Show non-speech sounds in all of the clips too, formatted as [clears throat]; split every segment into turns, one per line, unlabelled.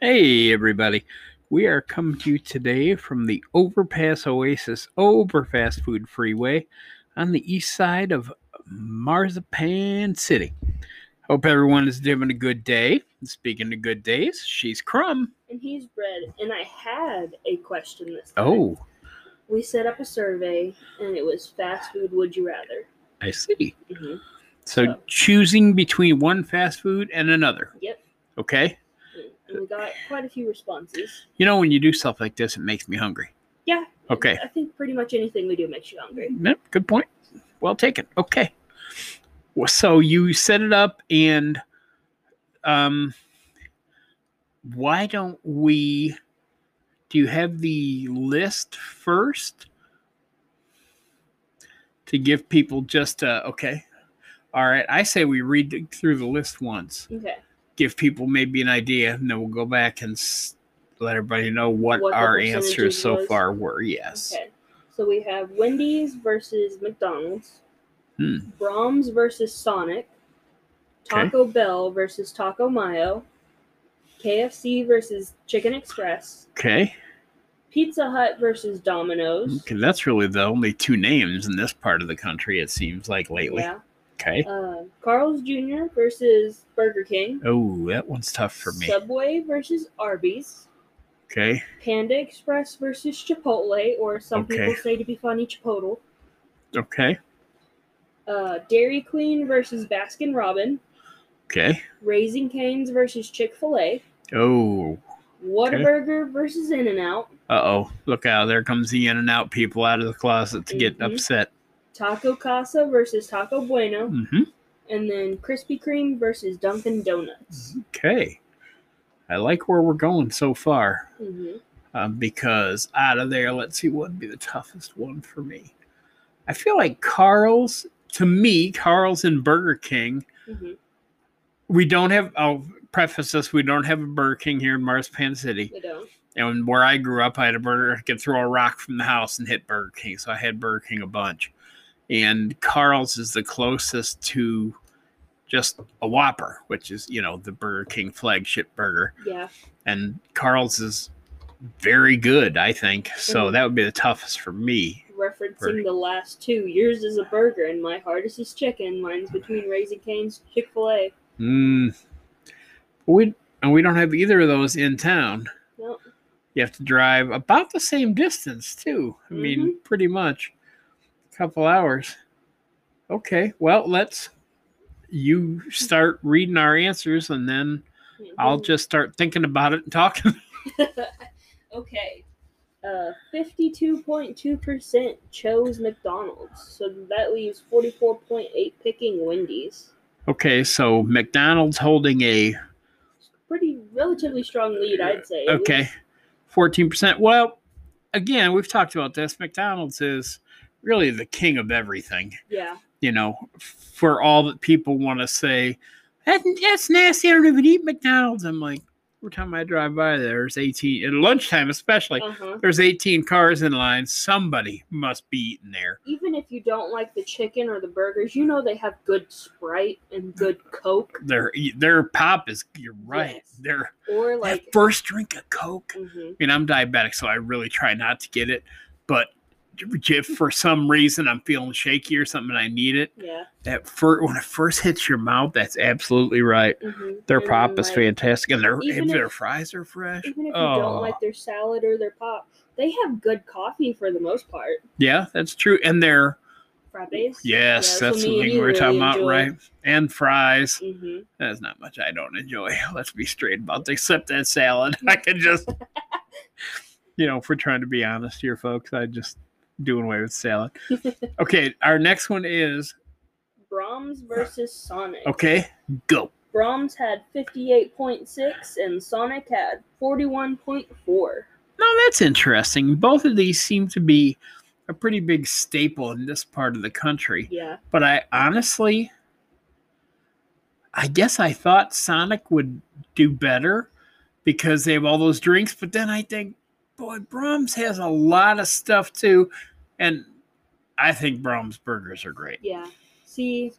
Hey, everybody. We are coming to you today from the Overpass Oasis over Fast Food Freeway on the east side of Marzipan City. Hope everyone is having a good day. Speaking of good days, she's Crumb.
and he's bread. And I had a question this time.
Oh,
We set up a survey, and it was fast food. Would you rather?
I see.
Mhm.
So choosing between one fast food and another.
Yep.
Okay.
And we got quite a few responses.
You know, when you do stuff like this, it makes me hungry.
Yeah.
Okay.
I think pretty much anything we do makes you hungry.
Yep, good point. Well taken. Okay. Well, so you set it up, and um, why don't we? Do you have the list first to give people just a okay? All right, I say we read through the list once,
Okay.
give people maybe an idea, and then we'll go back and s- let everybody know what,
What the
our answers
percentages
so
was?
far were. Yes.
Okay. So we have Wendy's versus McDonald's,
Hmm.
Brahms versus Sonic,
Okay.
Taco Bell versus Taco Mayo, KFC versus Chicken Express,
Okay.
Pizza Hut versus Domino's.
Okay, that's really the only two names in this part of the country, it seems like lately.
Yeah.
Okay.
Uh, Carl's Jr. versus Burger King.
Oh, that one's tough for me.
Subway versus Arby's.
Okay.
Panda Express versus Chipotle, or some people
Okay.
say to be funny, Chipotle.
Okay.
Uh, Dairy Queen versus Baskin Robin.
Okay.
Raising Canes versus Chick fil A.
Oh.
Whataburger versus In N Out.
Uh oh. Look out. There comes the in and out people out of the closet to get
Mhm.
upset.
Taco Casa versus Taco Bueno.
hmm
And then Krispy Kreme versus Dunkin' Donuts.
Mm-hmm. Okay. I like where we're going so far
hmm
um, because out of there, let's see what would be the toughest one for me. I feel like Carl's, to me, Carl's and Burger King
hmm
we don't have i'll preface this we don't have a burger king here in marzipan city
We don't.
and where i grew up i had a burger i could throw a rock from the house and hit burger king so i had burger king a bunch and carl's is the closest to just a whopper which is you know the burger king flagship burger
Yeah.
and carl's is very good i think so
Mhm.
that would be the toughest for me
Referencing
Burger.
the last two, yours is a burger and my hardest is chicken. Mine's between Raising Canes, Chick fil A.
mm. we and we don't have either of those in town
Nope.
you have to drive about the same distance too i mean pretty much a couple hours okay well let's you start reading our answers and then i'll
Mhm.
just start thinking about it and talking [laughs]
[laughs] okay. Uh, 52.2% chose McDonald's, so that leaves 44.8 picking Wendy's.
okay so mcdonald's holding a
Pretty relatively strong lead, I'd say.
okay 14% well again we've talked about this mcdonald's is really the king of everything
Yeah.
you know, for all that people want to say, that's, that's nasty. I don't even eat McDonald's. I'm like, every time I drive by, there's 18, at lunchtime especially,
Uh huh.
there's 18 cars in line. Somebody must be eating there.
Even if you don't like the chicken or the burgers, you know they have good Sprite and good Coke,
Their, their pop is, you're right.
Yes.
Their,
or
their
like.
first drink of Coke.
hmm
I mean, I'm diabetic, so I really try not to get it. But if for some reason I'm feeling shaky or something and I need it,
Yeah.
that fir- when it first hits your mouth, that's absolutely right.
hmm
Their pop is
like,
fantastic, and their
even
and their
if-
fries are fresh.
Even if you
Oh,
don't like their salad or their pop, they have good coffee for the most part.
yeah, that's true. And their
Frappes.
yes,
Yeah,
that's
that's what
the
me and
thing we
you
were talking
really
about,
enjoy.
right? And fries.
hmm
That's not much I don't enjoy. [laughs] Let's be straight about that. Except that salad, [laughs] I could
[laughs]
just, you know, if we're trying to be honest here, folks, I just doing away with salad.
[laughs]
Okay, our next one is
Brahms versus Sonic.
okay. Go.
Brahms had 58.6 and Sonic had 41.4.
No, that's interesting. Both of these seem to be a pretty big staple in this part of the country.
Yeah.
but I honestly, I guess I thought Sonic would do better because they have all those drinks. But then I think, boy, Brahms has a lot of stuff too, and I think Brahms burgers are great.
Yeah. See,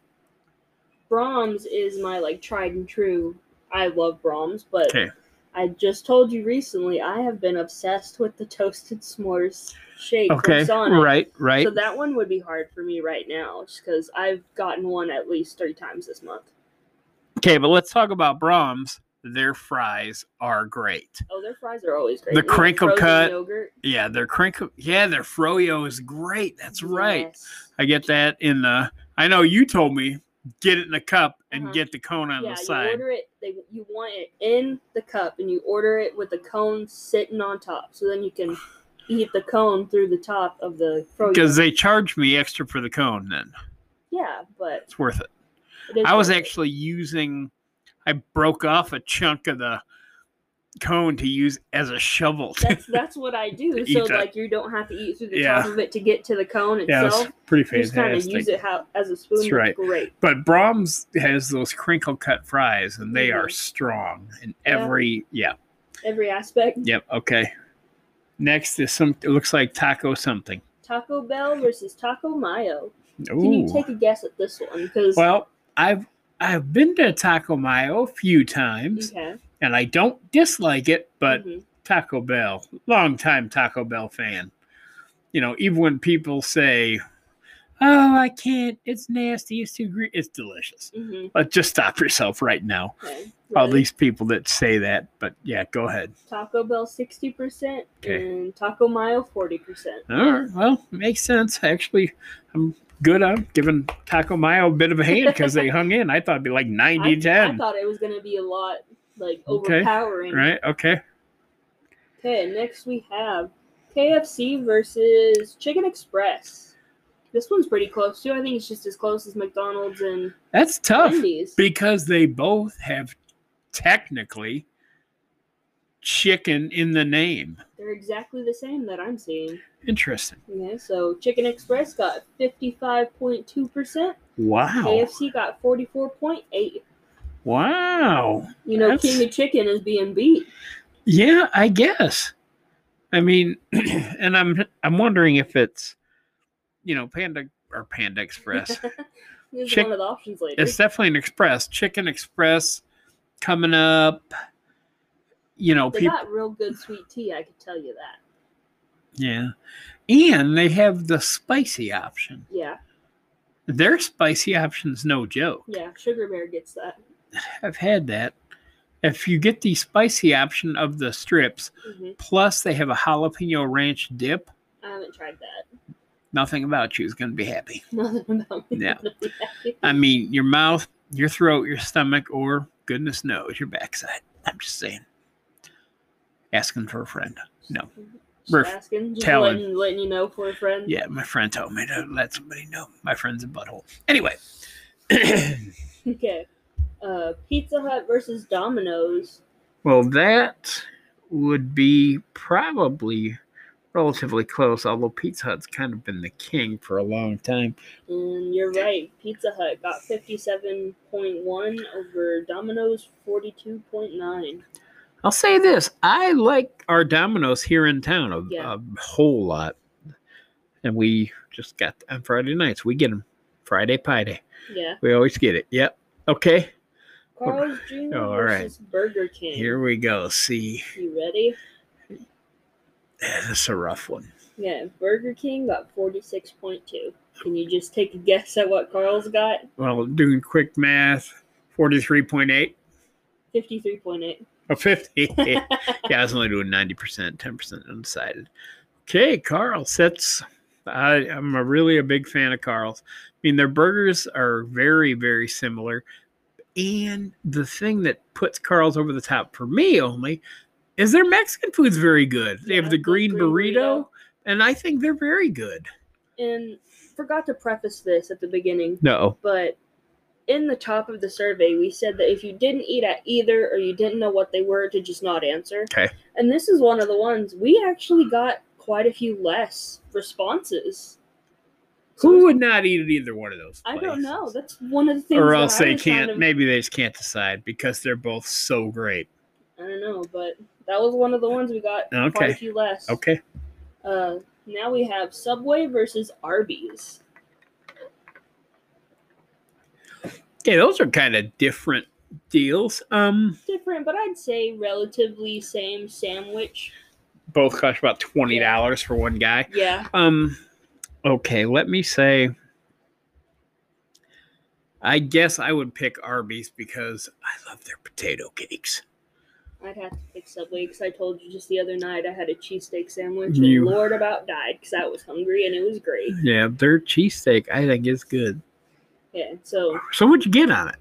Brahms is my like tried and true. I love Brahms, but
Okay.
I just told you recently I have been obsessed with the toasted s'mores shake
Okay.
from Sonic.
Right, right.
So that one would be hard for me right now, just because I've gotten one at least three times this month.
Okay, but let's talk about Brahms. Their fries are great.
Oh, their fries are always great.
The
You know,
crinkle
frozen
cut.
yogurt.
Yeah, their crinkle. Yeah, their froyo is great. That's right.
Yes.
I get that in the. I know you told me get it in a cup and
Uh-huh.
get the cone on
Yeah,
the
you
side.
order it. They, you want it in the cup, and you order it with the cone sitting on top. So then you can eat the cone through the top of the frozen.
Because they charge me extra for the cone, then
yeah, but
it's worth it.
it is
I was
worth it.
actually using. I broke off a chunk of the cone to use as a shovel.
That's that's what I do.
[laughs] To
so
eat that.
like you don't have to eat through the
Yeah.
top of it to get to the cone
yeah,
itself.
it's pretty
you just kind of use
fantastic.
it how, as a spoon.
That's right.
Great.
But Brahms has those crinkle cut fries, and they are
Mhm.
strong in
Yeah.
every. Yeah.
Every aspect.
Yep. Okay. Next is some. It looks like taco something.
Taco Bell versus Taco Mayo. Can
Ooh.
you take a guess at this one? Because
Well, I've I've been to Taco Mayo a few times,
okay,
and I don't dislike it, but
mhm.
Taco Bell, long time Taco Bell fan. You know, even when people say, "Oh, I can't. It's nasty. It's too green. It's delicious."
Mhm,
But just stop yourself right now.
okay.
All
Really?
these people that say that, but yeah, go ahead.
Taco Bell sixty percent
Okay.
and Taco Mayo forty percent.
All right. Well, makes sense. Actually, I'm good on giving Taco Mayo a bit of a hand because they hung in. I thought it'd be like 90
I,
10.
I thought it was gonna be a lot like
Okay,
overpowering.
Right? Okay.
Okay, next we have KFC versus Chicken Express. This one's pretty close too. I think it's just as close as McDonald's and
That's tough
Wendy's.
because they both have technically chicken in the name.
They're exactly the same that I'm seeing.
Interesting.
Okay, so Chicken Express got fifty-five point two percent.
Wow.
KFC got forty-four point eight.
Wow.
You know,
That's-
King of Chicken is being beat.
Yeah, I guess. I mean, [clears throat] and I'm I'm wondering if it's you know, Panda or Panda Express.
This is
Chick-
one of the options later.
it's definitely an express chicken express coming up you know
they
people
got real good sweet tea. I could tell you that.
yeah and they have the spicy option
Yeah,
their spicy option's no joke
yeah. Sugar Bear gets that.
i've had that if you get the spicy option of the strips
hmm
plus they have a jalapeno ranch dip
I haven't tried that. [laughs]
nothing about you is going to be happy
Nothing about me. [laughs]
Yeah. Uh, i mean your mouth your throat your stomach or goodness knows your backside i'm just saying asking for a friend No.
Just
We're
asking, just
telling.
letting, letting you know for a friend.
Yeah, my friend told me to let somebody know. My friend's a butthole. Anyway,
[laughs]
[clears throat]
Okay. Uh, Pizza Hut versus Domino's.
well, that would be probably relatively close, although Pizza Hut's kind of been the king for a long time.
And you're right, Pizza Hut got 57.1 over Domino's 42.9.
I'll say this I like our Domino's here in town a,
Yeah.
a whole lot. And we just got on Friday nights, we get them Friday Pie Day.
Yeah.
We always get it. Yep. Okay. [laughs]
Carl's Jr.
Oh, all right.
versus Burger King.
Here we go. See,
You ready?
this is a rough one.
Yeah, Burger King got 46.2. Can you just take a guess at what Carl's got?
Well, doing quick math, 43.8
53.8.
or
[laughs]
50. yeah, I was only doing 90%, 10% undecided. Okay, Carl's. That's, I, I'm a really a big fan of Carl's. I mean, their burgers are very, very similar. And the thing that puts Carl's over the top for me only is their Mexican food's very good. They
Yeah,
have the
the
green,
green
burrito,
burrito.
and I think they're very good.
and forgot to preface this at the beginning.
No.
but in the top of the survey we said that if you didn't eat at either or you didn't know what they were to just not answer
Okay.
and this is one of the ones we actually got quite a few less responses
Who would not eat at either one of those?
i don't know
places?
that's one of the things
or
that
else
I
they
was kind
can't.
of-
Maybe they just can't decide because they're both so great.
i don't know but that was one of the ones we got quite
Okay.
a few less
Okay,
uh now we have subway versus arby's
okay, those are kind of different deals. Um,
Different, but I'd say relatively same sandwich.
both cost about twenty dollars for one guy.
Yeah.
Um, okay, let me say. I guess I would pick Arby's because I love their potato cakes.
I'd have to pick Subway because I told you just the other night I had a cheesesteak sandwich
You-
and Lord about died because I was hungry and it was great.
Yeah, their cheesesteak I think is good.
Yeah, so
So what'd you get on it?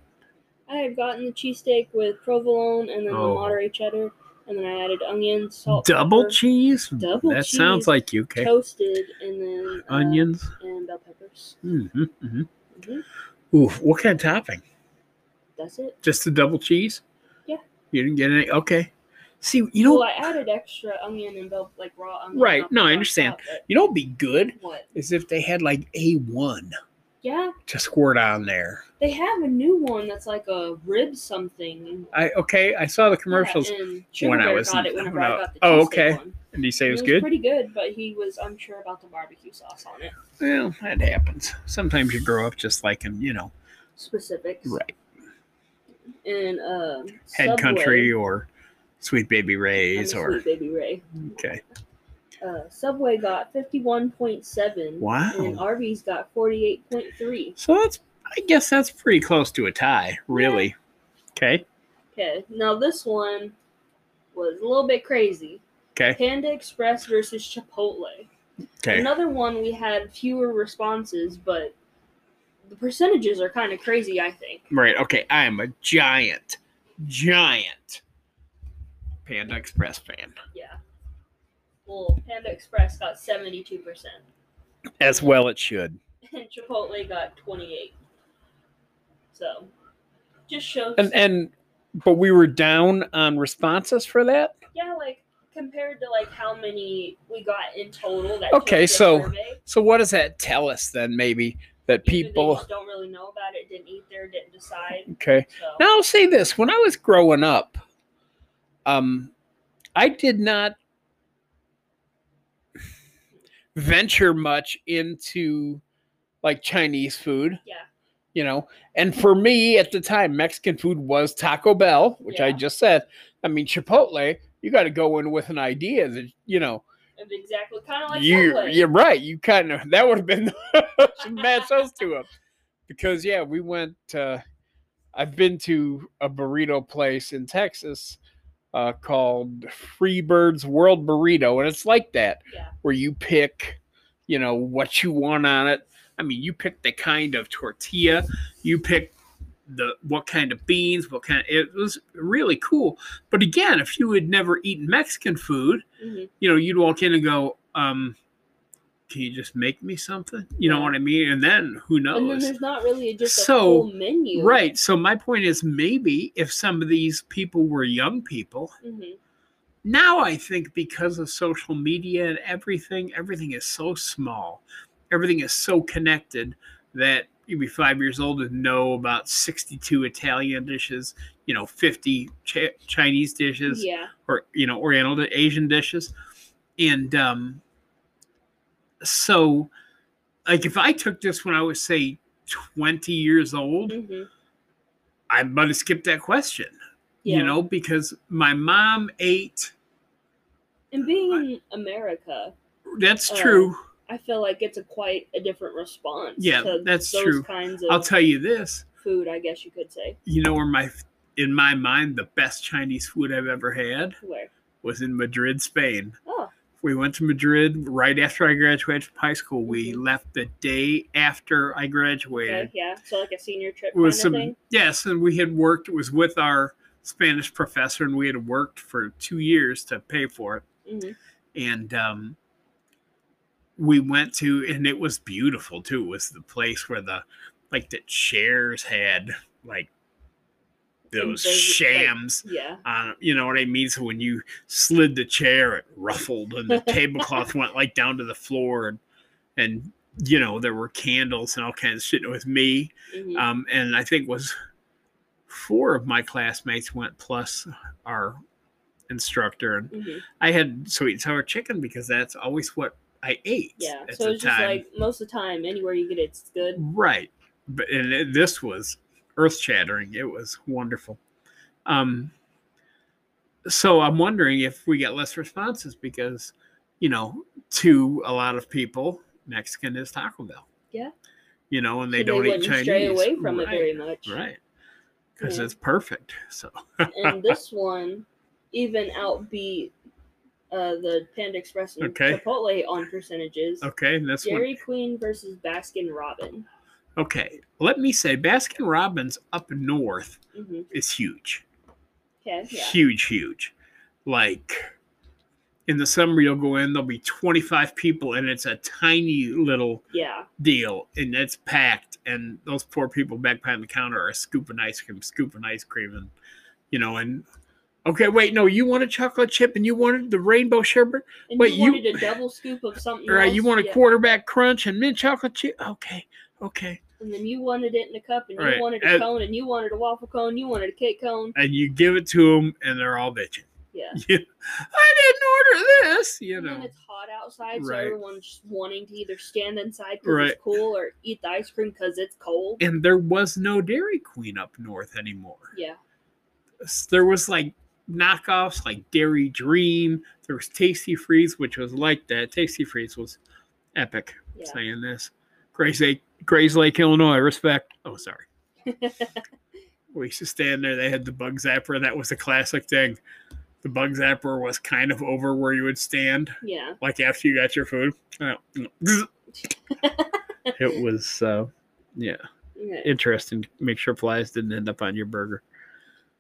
I had gotten the cheesesteak with provolone and then
Oh.
the Monterey cheddar, and then I added onions, salt,
Double
Oh, pepper,
cheese?
Double
that sounds
cheese,
like you, okay.
toasted, and then uh,
Onions.
and bell peppers.
hmm hmm
hmm
Oof, what kind of topping?
That's it.
Just the double cheese?
Yeah.
You didn't get any? Okay. See, you know,
well, I added extra onion and bell like raw onion.
Right,
on
no, I
top,
understand.
but
you know, what'd be good
What?
is if they had like a one
Yeah,
to squirt on there.
they have a new one that's like a rib something.
I okay, I saw the commercials.
Yeah, and Sugar
when I
Bear
was in-
got it whenever
when I-
I got the
oh,
cheesesteak
okay.
one.
And you say
It
it
was
was good?
pretty good, but he was unsure about the barbecue sauce on it.
Well, that happens. Sometimes you grow up just like him, you know.
Specifics.
Right.
And um
Head
Subway,
country or sweet baby
I mean,
rays or
Sweet Baby Ray.
okay.
Uh, Subway got fifty-one point seven. And
Wow.
Arby's got forty-eight point three.
So that's I guess that's pretty close to a tie, really. Okay.
Okay. Now this one was a little bit crazy.
Okay.
Panda Express versus Chipotle.
Okay.
Another one we had fewer responses, but the percentages are kind of crazy. I think.
Right. Okay. I am a giant, giant Panda Express fan,
Yeah. Well, Panda Express got seventy-two percent. [laughs]
as well it should.
and Chipotle got 28. So, just shows.
And and but we were down on responses for that.
yeah, like compared to like how many we got in total. That
Okay,
showed the
so
survey,
So what does that tell us then? Maybe that
either they
people.
just don't really know about it, didn't eat there, didn't decide.
Okay.
So
Now I'll say this: when I was growing up, um, I did not venture much into like Chinese food.
Yeah.
You know, and for me at the time, Mexican food was Taco Bell, which I
Yeah.
just said. I mean, Chipotle, you got to go in with an idea that you know
it's exactly kind of like
you
Subway.
you're right. You kind of [laughs] that would have been [laughs] should
[laughs]
match those two up because yeah, we went. Uh, I've been to a burrito place in Texas uh, called Freebird's World Burrito, and it's like that
Yeah.
where you pick, you know, what you want on it. I mean, you pick the kind of tortilla, you pick the what kind of beans, what kind. it was really cool. But again, if you had never eaten Mexican food
Mhm.
you know, you'd walk in and go, um, can you just make me something? You know
Yeah.
what I mean? And then who
And then
knows?
there's not really just a
So,
full menu.
right. So my point is maybe if some of these people were young people,
Mhm.
now I think because of social media and everything, everything is so small, everything is so connected that you'd be five years old and know about 62 Italian dishes, you know, 50 chi Chinese dishes,
Yeah.
or you know oriental to asian dishes and um so like if i took this when i was say 20 years old
hmm
i might have skipped that question
Yeah.
you know because my mom ate
and being in America,
that's
Uh,
true
I feel like it's a quite a different response.
Yeah,
to
that's
those
true.
kinds of
i'll tell you this
food, I guess you could say.
you know where my in my mind the best chinese food i've ever had
Where?
was in madrid spain
Oh,
we went to Madrid right after I graduated from high school. We
Mhm.
left the day after I graduated.
Okay, yeah. So like a senior trip
It was
kind
some
of thing.
yes and we had worked it was with our spanish professor and we had worked for two years to pay for it
Mhm.
and um, we went to and it was beautiful too it was the place where the like the chairs had like those
those, like-
shams
Yeah.
on you know what i mean so when you slid the chair it ruffled and the tablecloth went like down to the floor and and you know there were candles and all kinds of shit and it was me
Mhm.
um, and I think was four of my classmates went plus our instructor, and
Mhm.
I had sweet and sour chicken because that's always what I ate
Yeah.
at
So
the
it's just
time.
like most of the time, anywhere you get it's good.
right, but and it- this was earth shattering. It was wonderful. Um, so I'm wondering if we get less responses because, you know, to a lot of people, Mexican is Taco Bell.
Yeah.
You know, and they
So
don't eat
wouldn't
Chinese.
Stray away from
right,
it very much.
Right. Because
Yeah.
it's perfect. So [laughs]
and this one even outbeat uh, the Panda Express and
Okay.
Chipotle on percentages.
okay, this one.
Dairy Queen versus Baskin Robin.
Okay, let me say Baskin Robbins up north
Mm-hmm.
is huge.
Yeah, yeah.
Huge, huge. Like in the summer, you'll go in, there'll be 25 people, and it's a tiny little
Yeah.
deal, and it's packed. And those poor people back behind the counter are scooping ice cream, scooping ice cream, and you know, and okay, wait, no, you want a chocolate chip and you wanted the rainbow sherbet,
And
Wait,
you
you-
wanted a double scoop of something.
all right,
else?
you want a
Yeah.
quarterback crunch and mint chocolate chip. Okay, okay.
And then you wanted it in a cup, and you
Right,
wanted a
and-
cone, and you wanted a waffle cone, you wanted a cake cone.
And you give it to them, and they're all bitching. [laughs]
Yeah.
you, I didn't order this, you
and then
know.
it's hot outside, so
Right.
everyone's just wanting to either stand inside because
Right.
it's cool or eat the ice cream because it's cold.
And there was no Dairy Queen up north anymore.
yeah.
S- There was like knockoffs like Dairy Dream. There was Tasty Freeze, which was like that. Tasty Freeze was epic
Yeah.
saying this. Grays Lake, Grays Lake, Illinois, respect. Oh,
[laughs]
sorry. we used to stand there. They had the bug zapper. That was a classic thing. The bug zapper was kind of over where you would stand,
Yeah.
like after you got your food. Oh,
[laughs]
it was uh, yeah
Yeah.
interesting to make sure flies didn't end up on your burger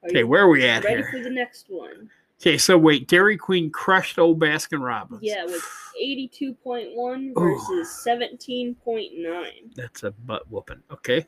Are
okay
you
where are we at
ready
here
for the next one?
okay so wait dairy queen crushed old baskin robbins
Yeah, with 82.1
Ooh.
versus 17.9.
that's a butt whooping okay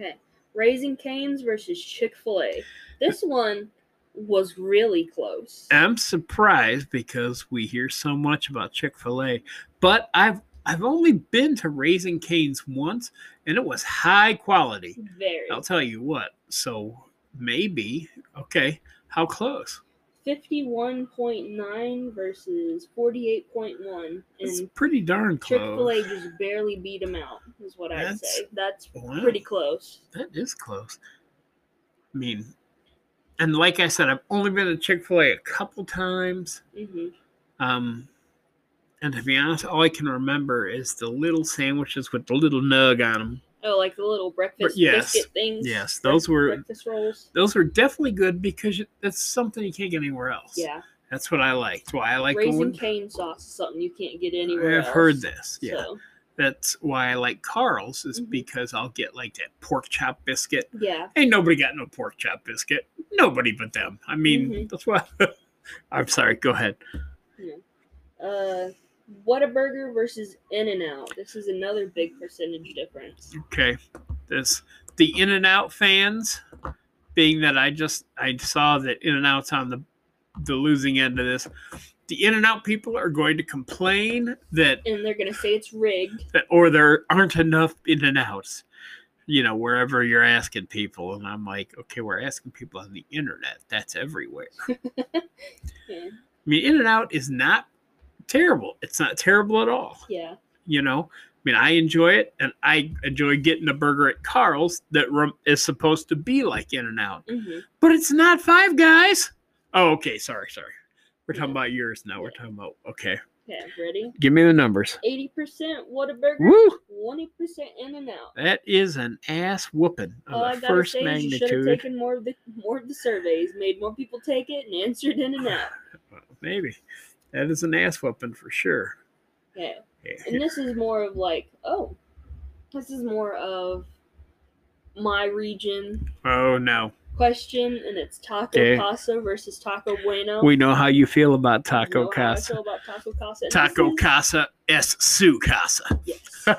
Okay. Raising Canes versus Chick fil A. This one was really close.
i'm surprised because we hear so much about chick-fil-a but i've i've only been to raising canes once and it was high quality
Very.
i'll tell you what so maybe okay how close
51.9 versus 48.1.
it's
And
pretty darn
Chick fil
close
A just barely beat them out, is what I'd
That's-
say. That's
Wow.
pretty close.
That is close. I mean, and like I said, I've only been to Chick fil A a couple times.
hmm
Um, and to be honest, all I can remember is the little sandwiches with the little nug on them.
Oh, like the little breakfast
yes.
biscuit things?
Yes, those were
Breakfast rolls?
those were definitely good because you- that's something you can't get anywhere else.
Yeah.
that's what I liked. Why I like
Raisin
going.
cane sauce is something you can't get anywhere
I've
else.
heard this. Yeah,
So,
that's why I like Carl's is
Mhm.
because I'll get like that pork chop biscuit
yeah.
Ain't nobody got no pork chop biscuit. Nobody but them. I mean,
Mhm.
that's why. [laughs] I'm sorry. Go ahead.
Uh, Whataburger versus In and Out. This is another big percentage difference.
Okay. This the In and Out fans, being that I just I saw that In and Out's on the the losing end of this. The In and Out people are going to complain that
And they're gonna say it's rigged.
that or there aren't enough In and Outs. You know, wherever you're asking people, and I'm like, okay, we're asking people on the internet. That's everywhere.
Yeah.
I mean, In and Out is not terrible. It's not terrible at all.
yeah.
You know, I mean, I enjoy it, and I enjoy getting a burger at Carl's that rem- is supposed to be like In and Out,
hmm
but it's not Five Guys. Oh, okay. Sorry, sorry. We're talking
Yeah.
about yours now. We're talking about okay.
Okay. Ready?
Give me the numbers.
Eighty percent Whataburger.
Woo!
Twenty percent In and Out.
That is an ass whooping of
All I
Oh, the
gotta
first
say is you should have
magnitude.
taken more of the more of the surveys, made more people take it, and answered In and Out.
Well, Maybe that is an ass whooping for sure.
Okay.
Yeah.
And this is more of like, oh, this is more of my region
[laughs] Oh no,
question, and it's Taco
Okay.
Casa versus Taco Bueno.
we know how you feel about
You
Taco
know how I
Casa.
feel about Taco Casa. and
Taco
this
Casa S Su Casa.
is- yes.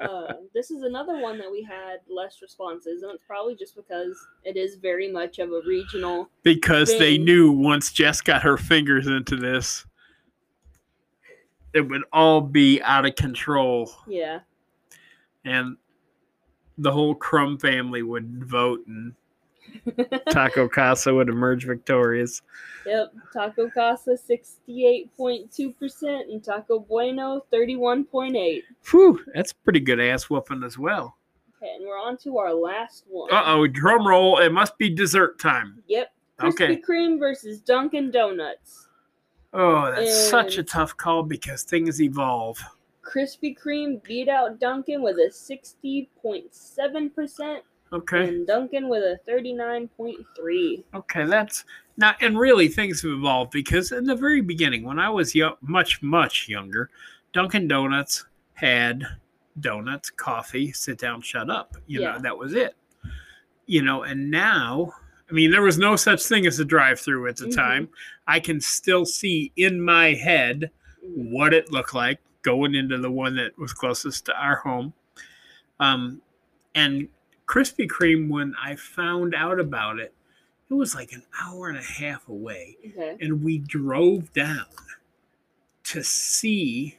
uh, this is another one that we had less responses, and it's probably just because it is very much of a regional.
because they
Thing.
knew once Jess got her fingers into this, it would all be out of control,
Yeah.
and the whole Crumb family would vote, and Taco Casa would emerge victorious.
Yep. Taco Casa sixty-eight point two percent, and Taco Bueno thirty-one point eight.
Whew, that's a pretty good ass whooping as well.
Okay, and we're on to our last one.
Uh oh, drum roll. It must be dessert time.
Yep. Krispy [laughs]
Okay.
Kreme versus Dunkin' Donuts.
Oh, that's such a
And-
tough call because things evolve.
Krispy Kreme beat out Dunkin' with a 60.7%,
Okay.
and Dunkin' with a 39.3.
Okay, that's now, and really things have evolved because in the very beginning, when I was yo- much, much younger, Dunkin' Donuts had donuts, coffee, sit down, shut up. You
Yeah.
know, that was it. You know, and now, I mean, there was no such thing as a drive through at the
Mhm.
time. I can still see in my head
Mm.
what it looked like going into the one that was closest to our home. Um, and Krispy Kreme, when I found out about it, it was like an hour and a half away.
Okay.
And we drove down to see,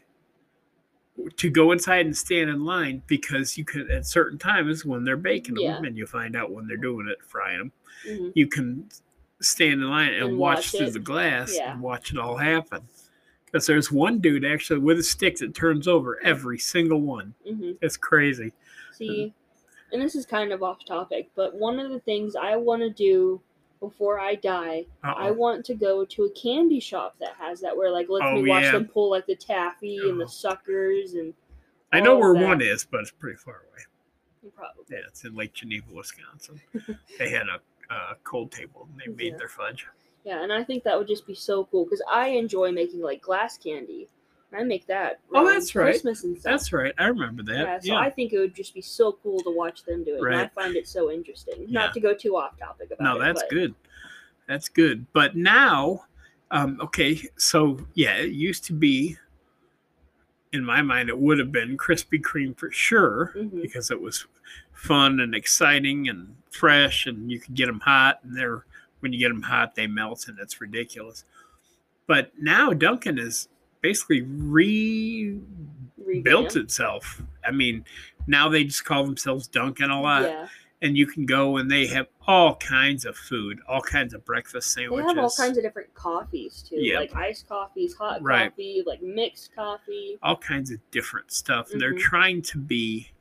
to go inside and stand in line because you can, at certain times when they're baking
Yeah.
them and you find out when they're doing it, frying them,
hmm
you can stand in line and,
And
watch,
watch
through
it.
the glass
Yeah.
and watch it all happen. Because there's one dude actually with a stick that turns over every single one.
hmm
It's crazy.
See, and this is kind of off topic, but one of the things I want to do before I die, I
Uh-oh.
want to go to a candy shop that has that, where like lets
Oh,
me watch
yeah.
them pull like the taffy and the
Oh.
suckers and
I know
all
where
that.
one is, but it's pretty far away.
probably.
Yeah, it's in Lake Geneva,
[laughs]
Wisconsin. they had a, a cold table and they made
Yeah.
their fudge.
Yeah, and I think that would just be so cool because I enjoy making like glass candy. I make that.
Oh,
around
that's right.
Christmas and stuff.
That's right. I remember that.
yeah,
Yeah.
so I think it would just be so cool to watch them do it. And I
Right.
find it so interesting.
Yeah.
Not to go too off topic about
no,
it.
that's
but-
good. That's good. But now, um, okay, so yeah, it used to be, in my mind, it would have been Krispy Kreme for sure.
Mhm.
because it was fun and exciting and fresh and you could get them hot and they're when you get them hot they melt and it's ridiculous but now duncan has basically rebuilt
mm-hmm, Revamp.
itself i mean now they just call themselves duncan a lot
Yeah.
and you can go and they have all kinds of food all kinds of breakfast
They
sandwiches
have all kinds of different coffees too,
Yep.
like iced coffees, hot
Right.
coffee, like mixed coffee.
all kinds of different stuff. and They're
Mhm.
trying to be,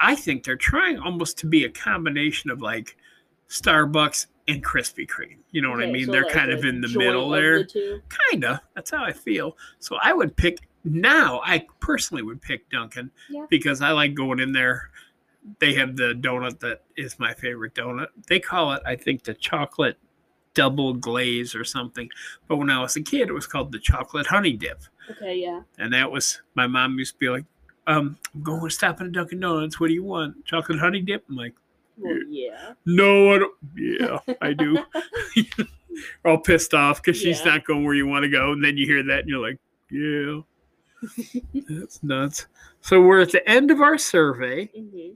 I think they're trying almost to be a combination of like Starbucks and Krispy Kreme. You know what I
Okay,
mean?
so,
they're
like,
kind
a
of in the
joint
middle
of
there.
the two.
kind of. That's how I feel. So I would pick now, I personally would pick Duncan
Yeah.
because I like going in there. They have the donut that is my favorite donut. They call it, I think, the chocolate double glaze or something. But when I was a kid, it was called the chocolate honey dip.
Okay, yeah.
And that was my mom used to be like, um, I'm going to stop at a Dunkin' Donuts. What do you want? Chocolate honey dip? I'm like,
Well, yeah.
no, I don't. Yeah, I do.
[laughs]
All pissed off because she's
Yeah.
not going where you want to go. And then you hear that and you're like, yeah,
[laughs]
that's nuts. So we're at the end of our survey.
hmm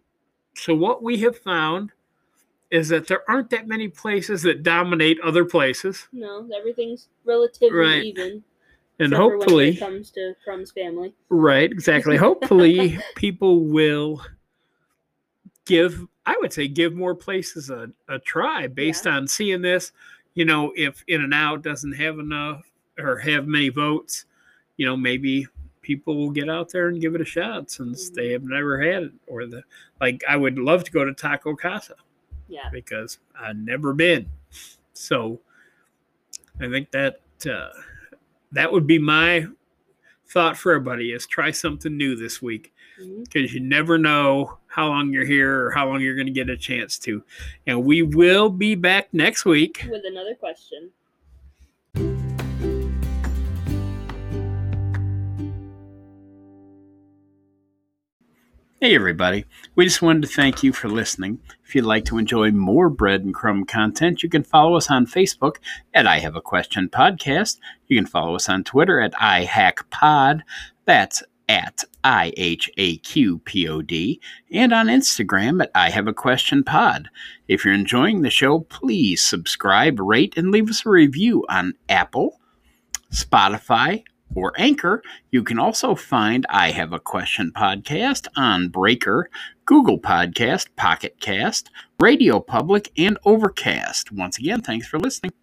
So what we have found is that there aren't that many places that dominate other places.
No, everything's relatively
Right.
even.
And
except for when
hopefully.
it comes to Crumb's family.
Right, exactly. Hopefully, people will give, I would say, give more places a, a try based on seeing this. You know, if In and Out doesn't have enough or have many votes, you know, maybe people will get out there and give it a shot since they have never had it. Or the, like, I would love to go to Taco Casa
Yeah.
because I've never been. So I think that uh, that would be my thought for everybody is try something new this week
hmm
because you never know how long you're here or how long you're going to get a chance to. And we will be back next week.
With another question.
Hey, everybody. We just wanted to thank you for listening. If you'd like to enjoy more bread and crumb content, you can follow us on Facebook at I Have a Question Podcast. You can follow us on Twitter at iHackPod. That's at I H A Q P O D. And on Instagram at I Have a Question Pod. If you're enjoying the show, please subscribe, rate, and leave us a review on Apple, Spotify, or Anchor. You can also find I Have a Question podcast on Breaker, Google Podcast, Pocket Cast, Radio Public, and Overcast. Once again, thanks for listening.